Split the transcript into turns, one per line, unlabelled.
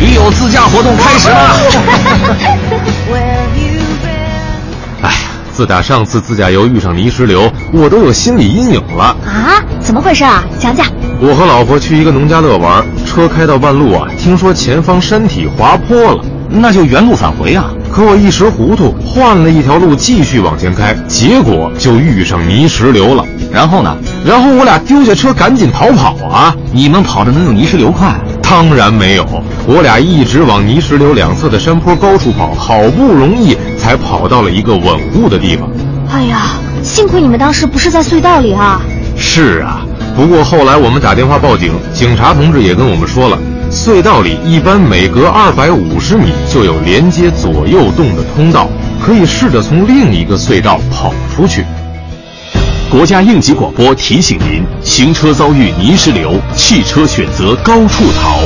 驴友自驾活动开始啦！哎，自打上次自驾游遇上泥石流，我都有心理阴影了。
啊，怎么回事啊？讲讲。
我和老婆去一个农家乐玩，车开到半路啊，听说前方山体滑坡了，
那就原路返回啊。
可我一时糊涂，换了一条路继续往前开，结果就遇上泥石流了。
然后呢？
然后我俩丢下车赶紧逃跑啊！
你们跑的能有泥石流快？
当然没有，我俩一直往泥石流两侧的山坡高处跑，好不容易才跑到了一个稳固的地方。
哎呀，幸亏你们当时不是在隧道里啊！
是啊，不过后来我们打电话报警，警察同志也跟我们说了，隧道里一般每隔二百五十米就有连接左右洞的通道，可以试着从另一个隧道跑出去。
国家应急广播提醒您：行车遭遇泥石流，汽车选择高处逃。